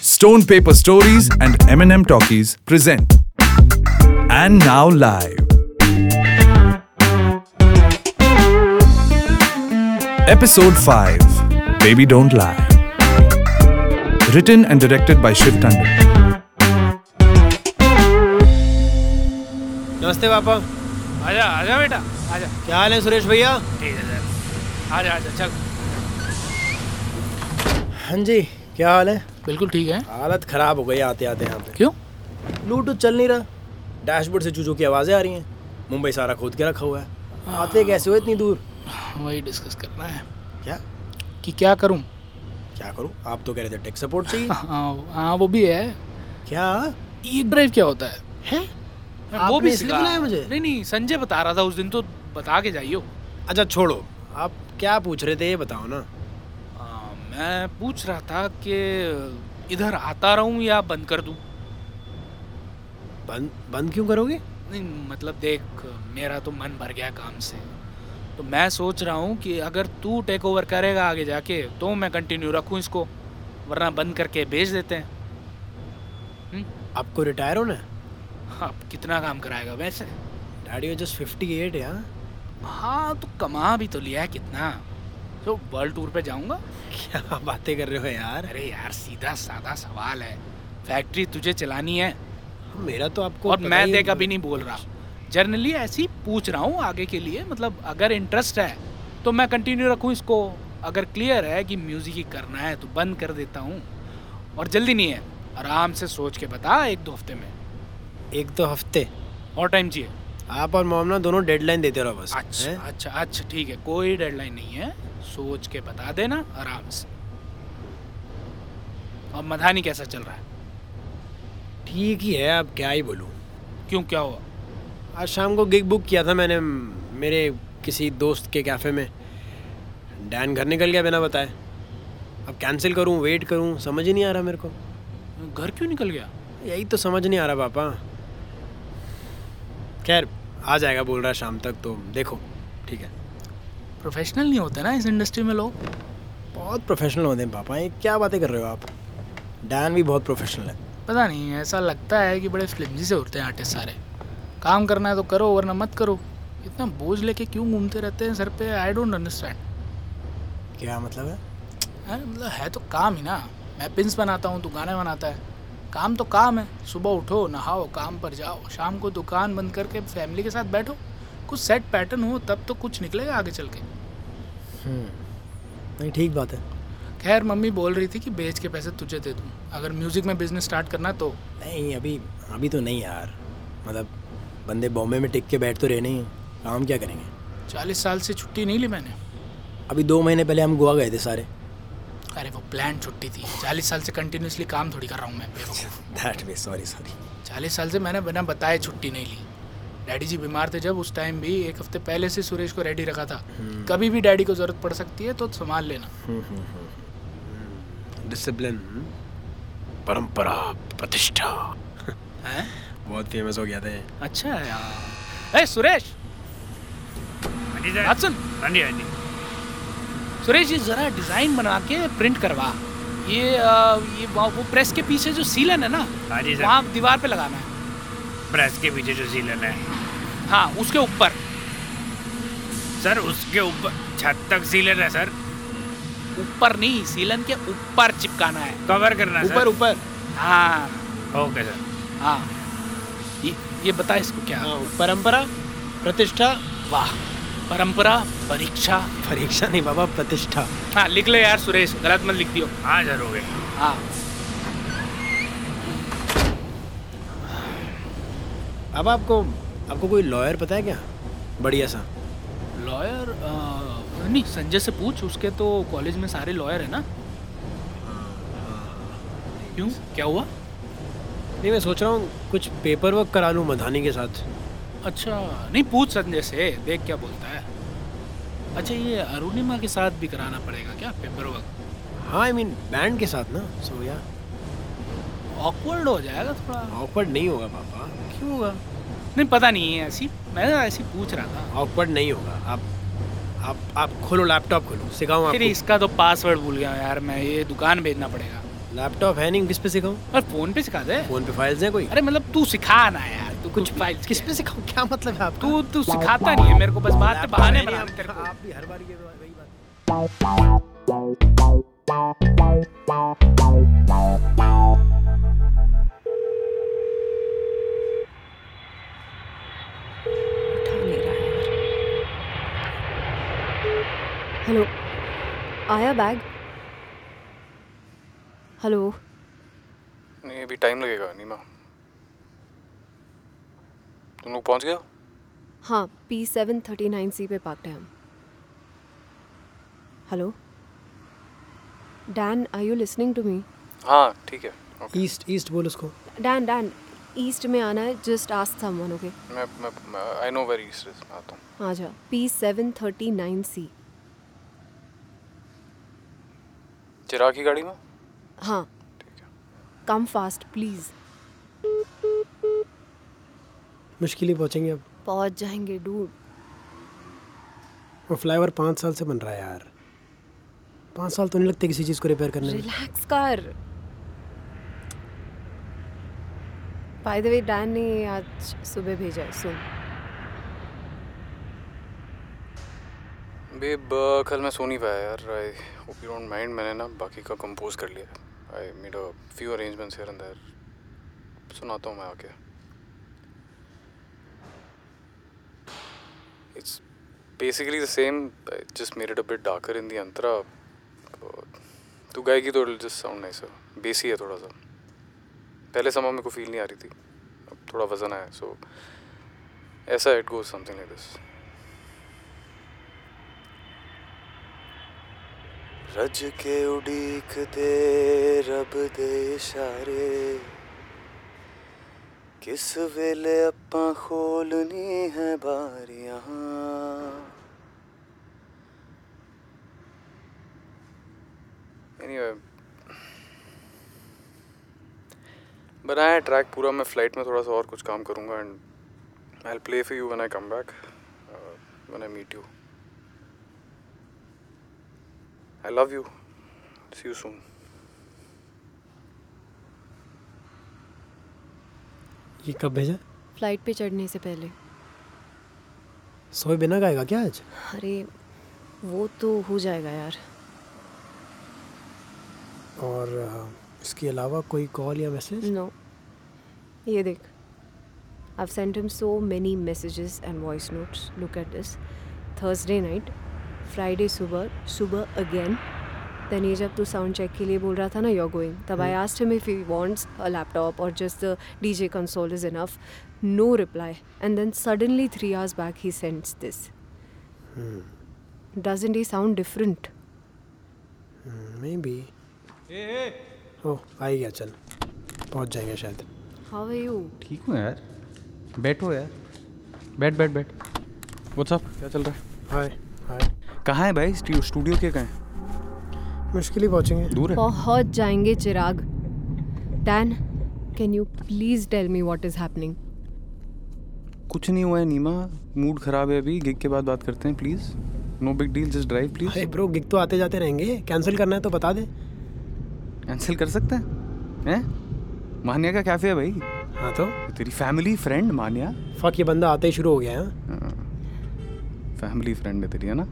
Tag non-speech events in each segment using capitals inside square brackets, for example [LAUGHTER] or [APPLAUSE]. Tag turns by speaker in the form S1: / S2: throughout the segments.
S1: Stone Paper Stories and M&M Talkies present. And now live. Episode 5 Baby Don't Lie. Written and directed by Shiv Tandon.
S2: नमस्ते पापा
S3: आजा आजा बेटा आजा
S2: क्या हाल है सुरेश भैया
S3: ठीक है आजा आजा चल
S2: हाँ जी क्या हाल है
S3: बिल्कुल ठीक है
S2: हालत खराब हो गई आते आते यहाँ पे
S3: क्यों
S2: ब्लूटूथ चल नहीं रहा डैशबोर्ड से चूजों की आवाज़ें आ रही हैं मुंबई सारा खोद के रखा हुआ है आते कैसे हो इतनी दूर
S3: वही डिस्कस करना है
S2: क्या
S3: कि क्या करूं
S2: क्या करूँ आप तो कह रहे थे टेक सपोर्ट चाहिए
S3: हाँ हाँ वो भी है
S2: क्या
S3: ई ड्राइव क्या होता है
S2: है
S3: वो
S2: आपने
S3: भी
S2: इसलिए
S3: सिखा।
S2: बुलाया मुझे?
S3: नहीं नहीं संजय बता रहा था उस दिन तो बता के जाइयो
S2: अच्छा छोड़ो आप क्या पूछ रहे थे ये बताओ ना
S3: हाँ, मैं पूछ रहा था कि इधर आता रहूं या बंद कर दूं
S2: बंद बंद क्यों करोगे
S3: नहीं मतलब देख मेरा तो मन भर गया काम से तो मैं सोच रहा हूँ कि अगर तू टेक ओवर करेगा आगे जाके तो मैं कंटिन्यू रखूँ इसको वरना बंद करके भेज देते हैं
S2: आपको रिटायर होना है
S3: अब कितना काम कराएगा वैसे
S2: डैडी हो जस्ट फिफ्टी एट यहाँ
S3: हाँ तो कमा भी तो लिया है कितना तो वर्ल्ड टूर पे जाऊंगा
S2: क्या बातें कर रहे हो यार
S3: अरे यार सीधा साधा सवाल है फैक्ट्री तुझे चलानी है
S2: मेरा तो आपको
S3: और
S2: पता
S3: मैं
S2: ही-
S3: देख अभी नहीं बोल रहा जर्नली ऐसे ही पूछ रहा हूँ आगे के लिए मतलब अगर इंटरेस्ट है तो मैं कंटिन्यू रखूँ इसको अगर क्लियर है कि म्यूज़िक ही करना है तो बंद कर देता हूँ और जल्दी नहीं है आराम से सोच के बता एक दो हफ्ते में
S2: एक दो हफ्ते
S3: और टाइम चाहिए
S2: आप और मोमना दोनों डेडलाइन देते रहो बस
S3: अच्छा
S2: हैं?
S3: अच्छा अच्छा ठीक है कोई डेडलाइन नहीं है सोच के बता देना आराम से और मधानी कैसा चल रहा है
S2: ठीक ही है अब क्या ही बोलूँ
S3: क्यों क्या हुआ
S2: आज शाम को गिग बुक किया था मैंने म, मेरे किसी दोस्त के कैफ़े में डैन घर निकल गया बिना बताए अब कैंसिल करूँ वेट करूँ समझ ही नहीं आ रहा मेरे को
S3: घर क्यों निकल गया
S2: यही तो समझ नहीं आ रहा पापा खैर आ जाएगा बोल रहा है शाम तक तो देखो ठीक है
S3: प्रोफेशनल नहीं होते ना इस इंडस्ट्री में लोग
S2: बहुत प्रोफेशनल होते हैं पापा ये क्या बातें कर रहे हो आप डैन भी बहुत प्रोफेशनल है
S3: पता नहीं ऐसा लगता है कि बड़े फिल्मजी से उड़ते हैं आर्टिस्ट सारे काम करना है तो करो वरना मत करो इतना बोझ लेके क्यों घूमते रहते हैं सर पे आई डोंट अंडरस्टैंड
S2: क्या मतलब है
S3: अरे मतलब है तो काम ही ना मैं पिंस बनाता हूँ तू गाने बनाता है काम तो काम है सुबह उठो नहाओ काम पर जाओ शाम को दुकान बंद करके फैमिली के साथ बैठो कुछ सेट पैटर्न हो तब तो कुछ निकलेगा आगे चल के
S2: नहीं ठीक बात है
S3: खैर मम्मी बोल रही थी कि बेच के पैसे तुझे दे दूँ अगर म्यूज़िक में बिजनेस स्टार्ट करना तो
S2: नहीं अभी अभी तो नहीं यार मतलब बंदे बॉम्बे में टिक के बैठ तो रहे नहीं काम क्या करेंगे
S3: चालीस साल से छुट्टी नहीं ली मैंने
S2: अभी दो महीने पहले हम गोवा गए थे सारे
S3: अरे वो प्लान छुट्टी थी चालीस साल से कंटिन्यूसली काम थोड़ी कर रहा हूँ मैं
S2: दैट वे सॉरी सॉरी
S3: चालीस साल से मैंने बिना बताए छुट्टी नहीं ली डैडी जी बीमार थे जब उस टाइम भी एक हफ्ते पहले से सुरेश को रेडी रखा था कभी भी डैडी को ज़रूरत पड़ सकती है तो संभाल लेना
S2: डिसिप्लिन परंपरा प्रतिष्ठा
S3: है
S2: बहुत फेमस हो गया था ये।
S3: अच्छा यार ए सुरेश बात सुन
S4: हाँ जी हाँ जी
S3: सुरेश ये ज़रा डिज़ाइन बना के प्रिंट करवा ये आ, ये वो वो प्रेस के पीछे जो सीलन है ना
S4: हाँ जी सर
S3: वहाँ दीवार पे लगाना है
S4: प्रेस के पीछे जो सीलन है
S3: हाँ उसके ऊपर
S4: सर उसके ऊपर छत तक सीलन है सर
S3: ऊपर नहीं सीलन के ऊपर चिपकाना है
S4: कवर करना है,
S3: ऊपर
S4: सर
S3: ऊपर हाँ
S4: ओके सर
S3: हाँ ये, ये बता इसको क्या
S2: हाँ, परंपरा प्रतिष्ठा
S3: वाह परंपरा परीक्षा
S2: परीक्षा नहीं बाबा प्रतिष्ठा
S3: हाँ लिख ले यार सुरेश गलत मत लिख दियो
S4: हाँ सर हो गया
S3: हाँ
S2: अब आपको आपको कोई लॉयर पता है क्या बढ़िया सा
S3: लॉयर नहीं संजय से पूछ उसके तो कॉलेज में सारे लॉयर है ना क्यों क्या हुआ
S2: नहीं मैं सोच रहा हूँ कुछ पेपर वर्क करा लूँ मधानी के साथ
S3: अच्छा नहीं पूछ संजय से देख क्या बोलता है अच्छा ये अरुणिमा के साथ भी कराना पड़ेगा क्या पेपर वर्क
S2: हाँ आई मीन बैंड के साथ ना सो या
S3: ऑकवर्ड हो जाएगा थोड़ा
S2: ऑकवर्ड नहीं होगा पापा
S3: क्यों होगा नहीं पता नहीं है ऐसी मैं ऐसी पूछ रहा था
S2: ऑकवर्ड नहीं होगा आप आप आप खोलो लैपटॉप खोलो सिखाऊं
S3: फिर
S2: आपको
S3: इसका तो पासवर्ड भूल गया यार मैं ये दुकान भेजना पड़ेगा
S2: लैपटॉप है नहीं किस पे सिखाऊं
S3: और फोन पे सिखा दे
S2: फोन पे फाइल्स हैं कोई
S3: अरे मतलब तू सिखा ना यार तू
S5: [LAUGHS]
S3: कुछ फाइल्स
S2: किस पे सिखाऊं क्या मतलब है आपका
S3: तू तू सिखाता नहीं है मेरे को बस बात पे
S2: Laptop
S3: बहाने
S2: है नहीं,
S3: बनाने तेरे
S2: आप-
S3: को
S2: तो आप भी हर बार ये वही बात
S6: उठा नहीं रहा है यार हेलो आया बैग हेलो
S7: नहीं अभी टाइम लगेगा नीमा तुम लोग पहुंच गए हो?
S6: हाँ P seven thirty nine C पे पार्कड हैं हम hello Dan I you listening to me
S7: हाँ ठीक है ओके
S2: ईस्ट ईस्ट बोल उसको
S6: डैन डैन ईस्ट में आना है जस्ट आस्क समवन ओके
S7: मैं मैं आई नो वेरी ईस्ट मैं आता हूँ
S6: हाँ जा P seven thirty nine C
S7: Chirag की गाड़ी में
S6: हाँ
S7: ठीक है
S6: कम फास्ट प्लीज़
S2: मुश्किल ही पहुंचेंगे अब
S6: पहुँच जाएंगे डूड
S2: वो फ्लाईओवर पाँच साल से बन रहा है यार पाँच साल तो नहीं लगते किसी चीज़ को रिपेयर करने में
S6: रिलैक्स कर बाय द वे डैन ने आज सुबह भेजा है सुन
S7: बेब कल मैं सो नहीं पाया यार I hope you don't mind मैंने ना बाकी का कंपोज कर लिया I made a few arrangements here and there सुनाता हूँ मैं आके it's basically the same just made it a bit darker in the अंतरा तो तू गाएगी तो इट जस्ट साउंड नाइस बेसी है थोड़ा सा पहले समय मेरे को फील नहीं आ रही थी अब थोड़ा वजन आया सो ऐसा it goes something like this रज के उडीक दे रब दे इशारे किस वेले अपां खोलनी है बारियां एनीवे बनाया है ट्रैक पूरा मैं फ्लाइट में थोड़ा सा और कुछ काम करूँगा and I play for you when I come back uh, when I meet you I love you. See you soon.
S2: ये कब भेजा
S6: फ्लाइट पे चढ़ने से पहले
S2: सोए बिना गाएगा क्या आज
S6: अरे वो तो हो जाएगा यार
S2: और अ, इसके अलावा कोई कॉल या मैसेज
S6: नो ये देख I've sent him so many messages and voice notes. Look at this. Thursday night, Friday सुबह सुबह again. Then ये जब तू साउंड चेक के लिए बोल रहा था ना you're going तब I asked him if he wants a laptop or just the DJ console is enough. No reply. And then suddenly three hours back he sends this. Hmm. Doesn't he sound different?
S2: Maybe oh Oh, आ ही गया चल पहुंच जाएंगे शायद
S6: How are you?
S5: ठीक हूँ यार बैठो यार बैठ बैठ बैठ व्हाट्सअप क्या चल रहा है
S2: हाय हाय
S5: कहाँ है भाई स्टू- स्टूडियो के कहाँ है
S2: मुश्किल ही पहुंचेंगे
S5: दूर है
S6: पहुंच जाएंगे Chirag Dan can you please tell me what is happening
S5: कुछ नहीं हुआ है नीमा मूड खराब है अभी गिग के बाद बात करते हैं please no big deal just drive please
S2: अरे ब्रो गिग तो आते जाते रहेंगे कैंसिल करना है तो बता दे
S5: कैंसिल कर सकते हैं हैं मानिया का कैफे है भाई
S2: हाँ तो
S5: तेरी फैमिली फ्रेंड मानिया
S2: फक ये बंदा आते ही शुरू हो गया है
S5: फैमिली फ्रेंड है तेरी है ना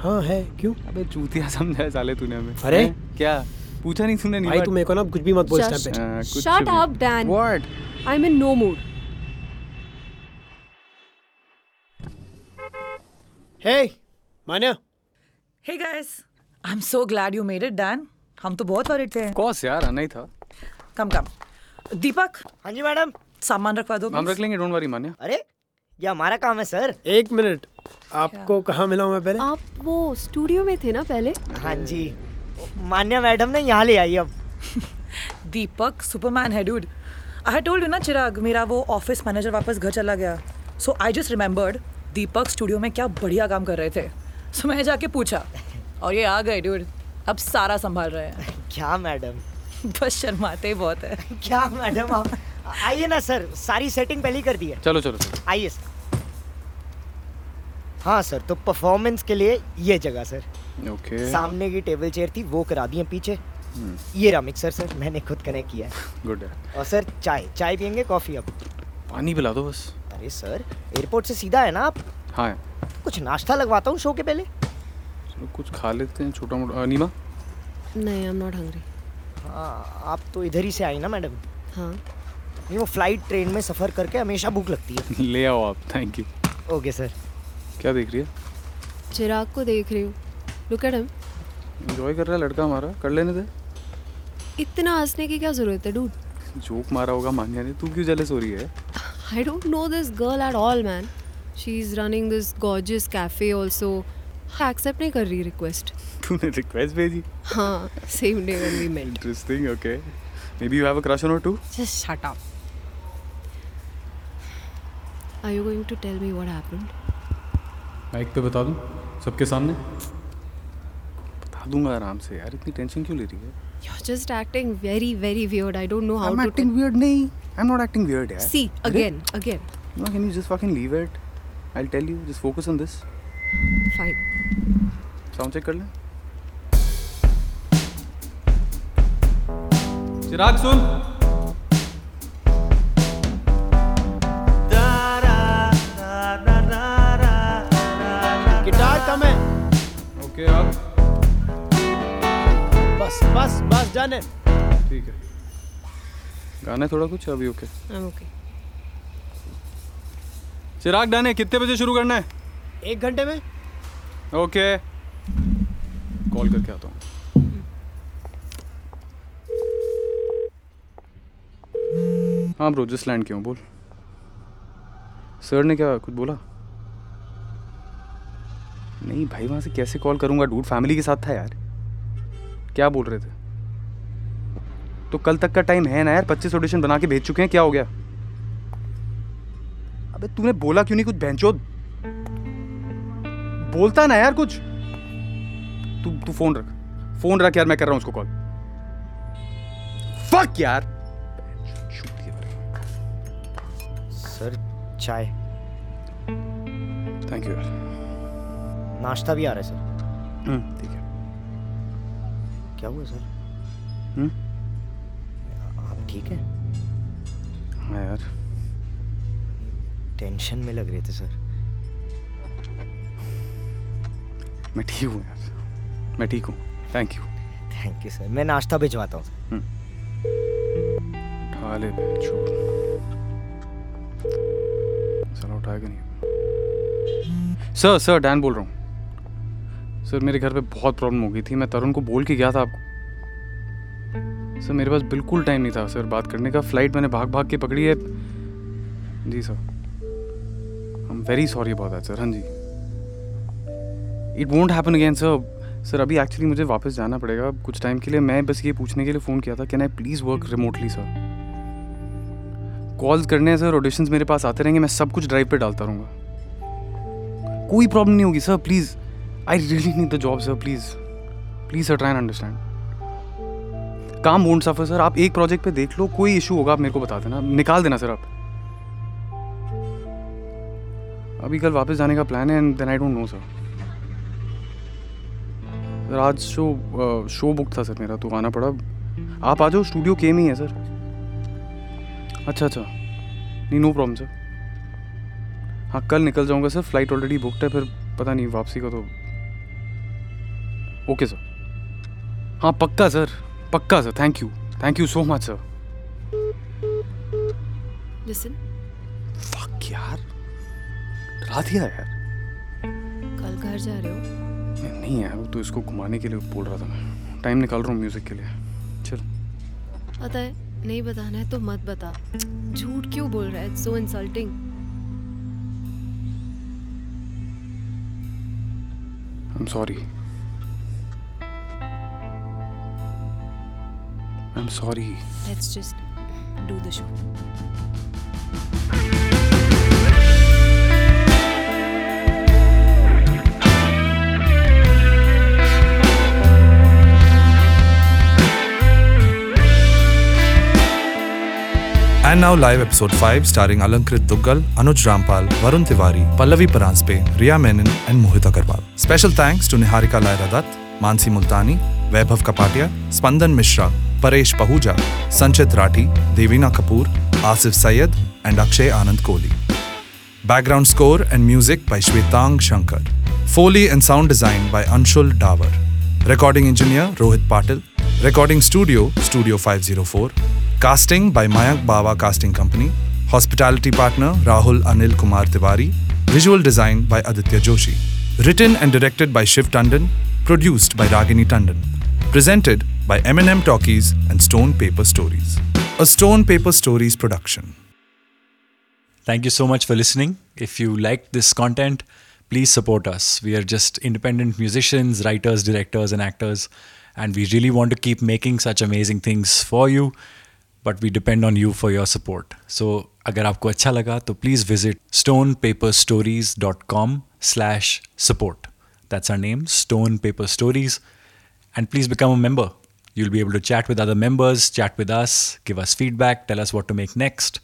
S2: हाँ है क्यों
S5: अबे चूतिया समझा है साले तूने हमें
S2: अरे?
S5: हैं? क्या पूछा नहीं हाँ, तूने
S2: भाई तू मेरे को ना कुछ भी मत बोल इस
S6: Just-
S2: time
S6: Shut up, Dan.
S5: What
S6: I am in no mood
S2: पे हे Manya
S8: Hey guys, I'm so glad you made it, Dan. हम तो बहुत worried थे.
S5: कोर्स यार आना ही था
S8: कम कम. दीपक. हाँ जी मैडम. सामान रखवा दो.
S5: हम
S8: please.
S5: रख लेंगे डोंट वरी मानिया
S9: अरे ये हमारा काम है सर
S2: एक मिनट आपको कहाँ मिला हूँ मैं पहले
S6: आप वो स्टूडियो में थे ना पहले
S9: हाँ जी मान्या मैडम ने यहाँ ले आई अब
S8: [LAUGHS] दीपक सुपरमैन है dude. I had told you ना चिराग मेरा वो ऑफिस मैनेजर वापस घर चला गया. So I just remembered Deepak studio में क्या बढ़िया काम कर रहे थे. So मैंने जाके पूछा और ये आ गए dude. अब सारा संभाल रहे हैं. [LAUGHS]
S9: क्या मैडम
S8: बस शर्माते ही बहुत है.
S9: [LAUGHS] क्या मैडम आप आइए ना सर सारी सेटिंग पहले ही कर दी है
S5: चलो चलो चलो
S9: आइए सर हाँ सर तो परफॉर्मेंस के लिए ये जगह सर
S5: ओके
S9: सामने की टेबल चेयर थी वो करा दी है पीछे
S5: हम्म।
S9: ये रहा मिक्सर सर मैंने खुद कनेक्ट किया है
S5: गुड है
S9: और सर चाय चाय पियेंगे कॉफ़ी अब
S5: पानी पिला दो बस
S9: अरे सर एयरपोर्ट से सीधा है ना आप
S5: हाँ
S9: कुछ नाश्ता लगवाता हूँ शो के पहले
S5: चलो कुछ खा लेते हैं छोटा मोटा अ, नीमा [LAUGHS]
S6: नहीं आई एम नॉट हंग्री
S9: हाँ आप तो इधर ही से आई ना मैडम
S6: हाँ
S9: नहीं वो फ्लाइट ट्रेन में सफ़र करके हमेशा भूख लगती है
S5: ले आओ आप थैंक यू
S9: ओके सर
S5: क्या देख रही है
S6: चिराग को देख रही हूँ लुक एट हिम
S5: इन्जॉय कर रहा है लड़का हमारा कर लेने दे
S6: इतना हंसने की क्या ज़रूरत है डूड
S5: जोक मारा होगा मान्या ने तू क्यों जेलस हो रही है [LAUGHS]
S6: I don't know this girl at all, man. She's running this gorgeous cafe also. Accept नहीं कर रही रिक्वेस्ट
S5: तूने रिक्वेस्ट भेजी
S6: हाँ same day we met
S5: interesting okay maybe you have a crush on to
S8: just shut up
S6: are you going to tell me what happened
S10: mic पे बता दूं सबके सामने
S5: बता दूंगा आराम से यार इतनी टेंशन क्यों ले रही है
S6: you are just acting very very weird I don't know
S5: I
S6: how
S5: am
S6: to
S5: acting weird नहीं I am not acting weird यार
S6: see again again
S5: no can you just fucking leave it I tell you just focus on this
S6: fine
S5: sound check कर ले
S10: चिराग सुन
S2: guitar कम है
S10: okay अब
S2: बस बस बस डन है
S10: ठीक है
S5: गाना है थोड़ा कुछ अभी okay
S6: I am okay
S10: Chirag डाने कितने बजे शुरू करना है
S2: एक घंटे में
S10: ओके कॉल करके आता हूँ
S5: हाँ ब्रो जस्ट लैंड क्यों बोल सर ने क्या कुछ बोला नहीं भाई वहाँ से कैसे कॉल करूँगा डूड फैमिली के साथ था यार क्या बोल रहे थे तो कल तक का टाइम है ना यार पच्चीस ऑडिशन बना के भेज चुके हैं क्या हो गया अबे तूने बोला क्यों नहीं कुछ बहनचोद बोलता ना यार कुछ तू तू फोन रख फोन रख यार मैं कर रहा हूँ उसको कॉल फक यार shoot दिया
S9: सर चाय
S5: थैंक यू यार
S9: नाश्ता भी आ रहा है सर
S5: हम्म, ठीक है
S9: क्या हुआ सर
S5: हम्म?
S9: आप ठीक है
S5: हाँ यार
S9: टेंशन में लग रहे थे सर
S5: मैं ठीक हूँ यार मैं ठीक हूँ thank you
S9: thank you sir मैं नाश्ता भिजवाता हूँ
S5: उठा ले छोड़ साला उठाएगा नहीं सर सर डैन बोल रहा हूँ सर मेरे घर पे बहुत प्रॉब्लम हो गई थी मैं तरुण को बोल के गया था आपको सर मेरे पास बिल्कुल टाइम नहीं था सर बात करने का फ्लाइट मैंने भाग भाग के पकड़ी है जी sir I am very sorry about that sir हाँ जी it won't happen again sir sir अभी एक्चुअली मुझे वापस जाना पड़ेगा कुछ टाइम के लिए मैं बस ये पूछने के लिए फ़ोन किया था can I please work remotely sir calls करने हैं सर ऑडिशंस मेरे पास आते रहेंगे मैं सब कुछ ड्राइव पे डालता रहूँगा कोई प्रॉब्लम नहीं होगी sir please I really need the job sir please please sir try and understand काम वोंट सफ़र सर आप एक प्रोजेक्ट पे देख लो कोई इशू होगा आप मेरे को बता देना निकाल देना सर आप अभी कल वापस जाने का प्लान है and then I don't know sir sir आज शो अ, शो बुक था सर मेरा तो आना पड़ा आप आ जाओ स्टूडियो के में ही है सर अच्छा अच्छा नहीं नो प्रॉब्लम सर हाँ कल निकल जाऊंगा सर फ्लाइट ऑलरेडी बुकड है फिर पता नहीं वापसी का तो ओके सर हाँ पक्का सर पक्का sir thank you thank you so much sir
S6: listen
S5: fuck यार डरा दिया यार
S6: कल घर जा रहे हो
S5: नहीं नहीं यार वो तो इसको घुमाने के लिए बोल रहा था मैं टाइम निकाल रहा हूँ म्यूज़िक के लिए चल
S6: पता है नहीं बताना है तो मत बता झूठ क्यों बोल रहा है so insulting
S5: I am sorry I am sorry
S6: let's just do the show
S1: And now live episode 5 starring Alankrit Duggal, Anuj Rampal, Varun Tiwari, Pallavi Paranspe, Riya Menon and Mohita Karwal. Special thanks to Niharika Laira Dutt, Mansi Multani Vaibhav Kapatia Spandan Mishra Paresh Pahuja Sanchit Rathi Devina Kapoor Asif Syed and Akshay Anand Kohli. Background score and music by Shwetang Shankar. Foley and sound design by Anshul Dawar. Recording engineer Rohit Patil. Recording studio Studio 504. Casting by Mayak Bawa Casting Company. Hospitality partner Rahul Anil Kumar Tiwari. Visual design by Aditya Joshi. Written and directed by Shiv Tandon. Produced by Ragini Tandon. Presented by M&M Talkies and Stone Paper Stories. A Stone Paper Stories production.
S11: Thank you so much for listening. If you liked this content, please support us. We are just independent musicians, writers, directors, and actors, and we really want to keep making such amazing things for you. But we depend on you for your support. So, अगर आपको अच्छा लगा तो please visit stonepaperstories.com slash support. That's our name, Stone Paper Stories. And please become a member. You'll be able to chat with other members, chat with us, give us feedback, tell us what to make next.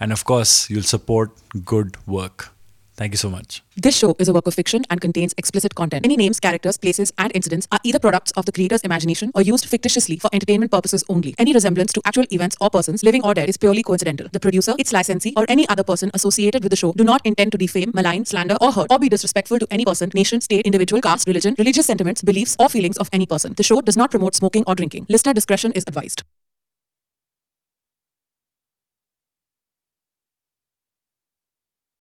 S11: And of course, you'll support good work. Thank you so much.
S8: This show is a work of fiction and contains explicit content. Any names, characters, places, and incidents are either products of the creator's imagination or used fictitiously for entertainment purposes only. Any resemblance to actual events or persons, living or dead, is purely coincidental. The producer, its licensee, or any other person associated with the show do not intend to defame, malign, slander, or hurt, or be disrespectful to any person, nation, state, individual, caste, religion, religious sentiments, beliefs, or feelings of any person. The show does not promote smoking or drinking. Listener discretion is advised.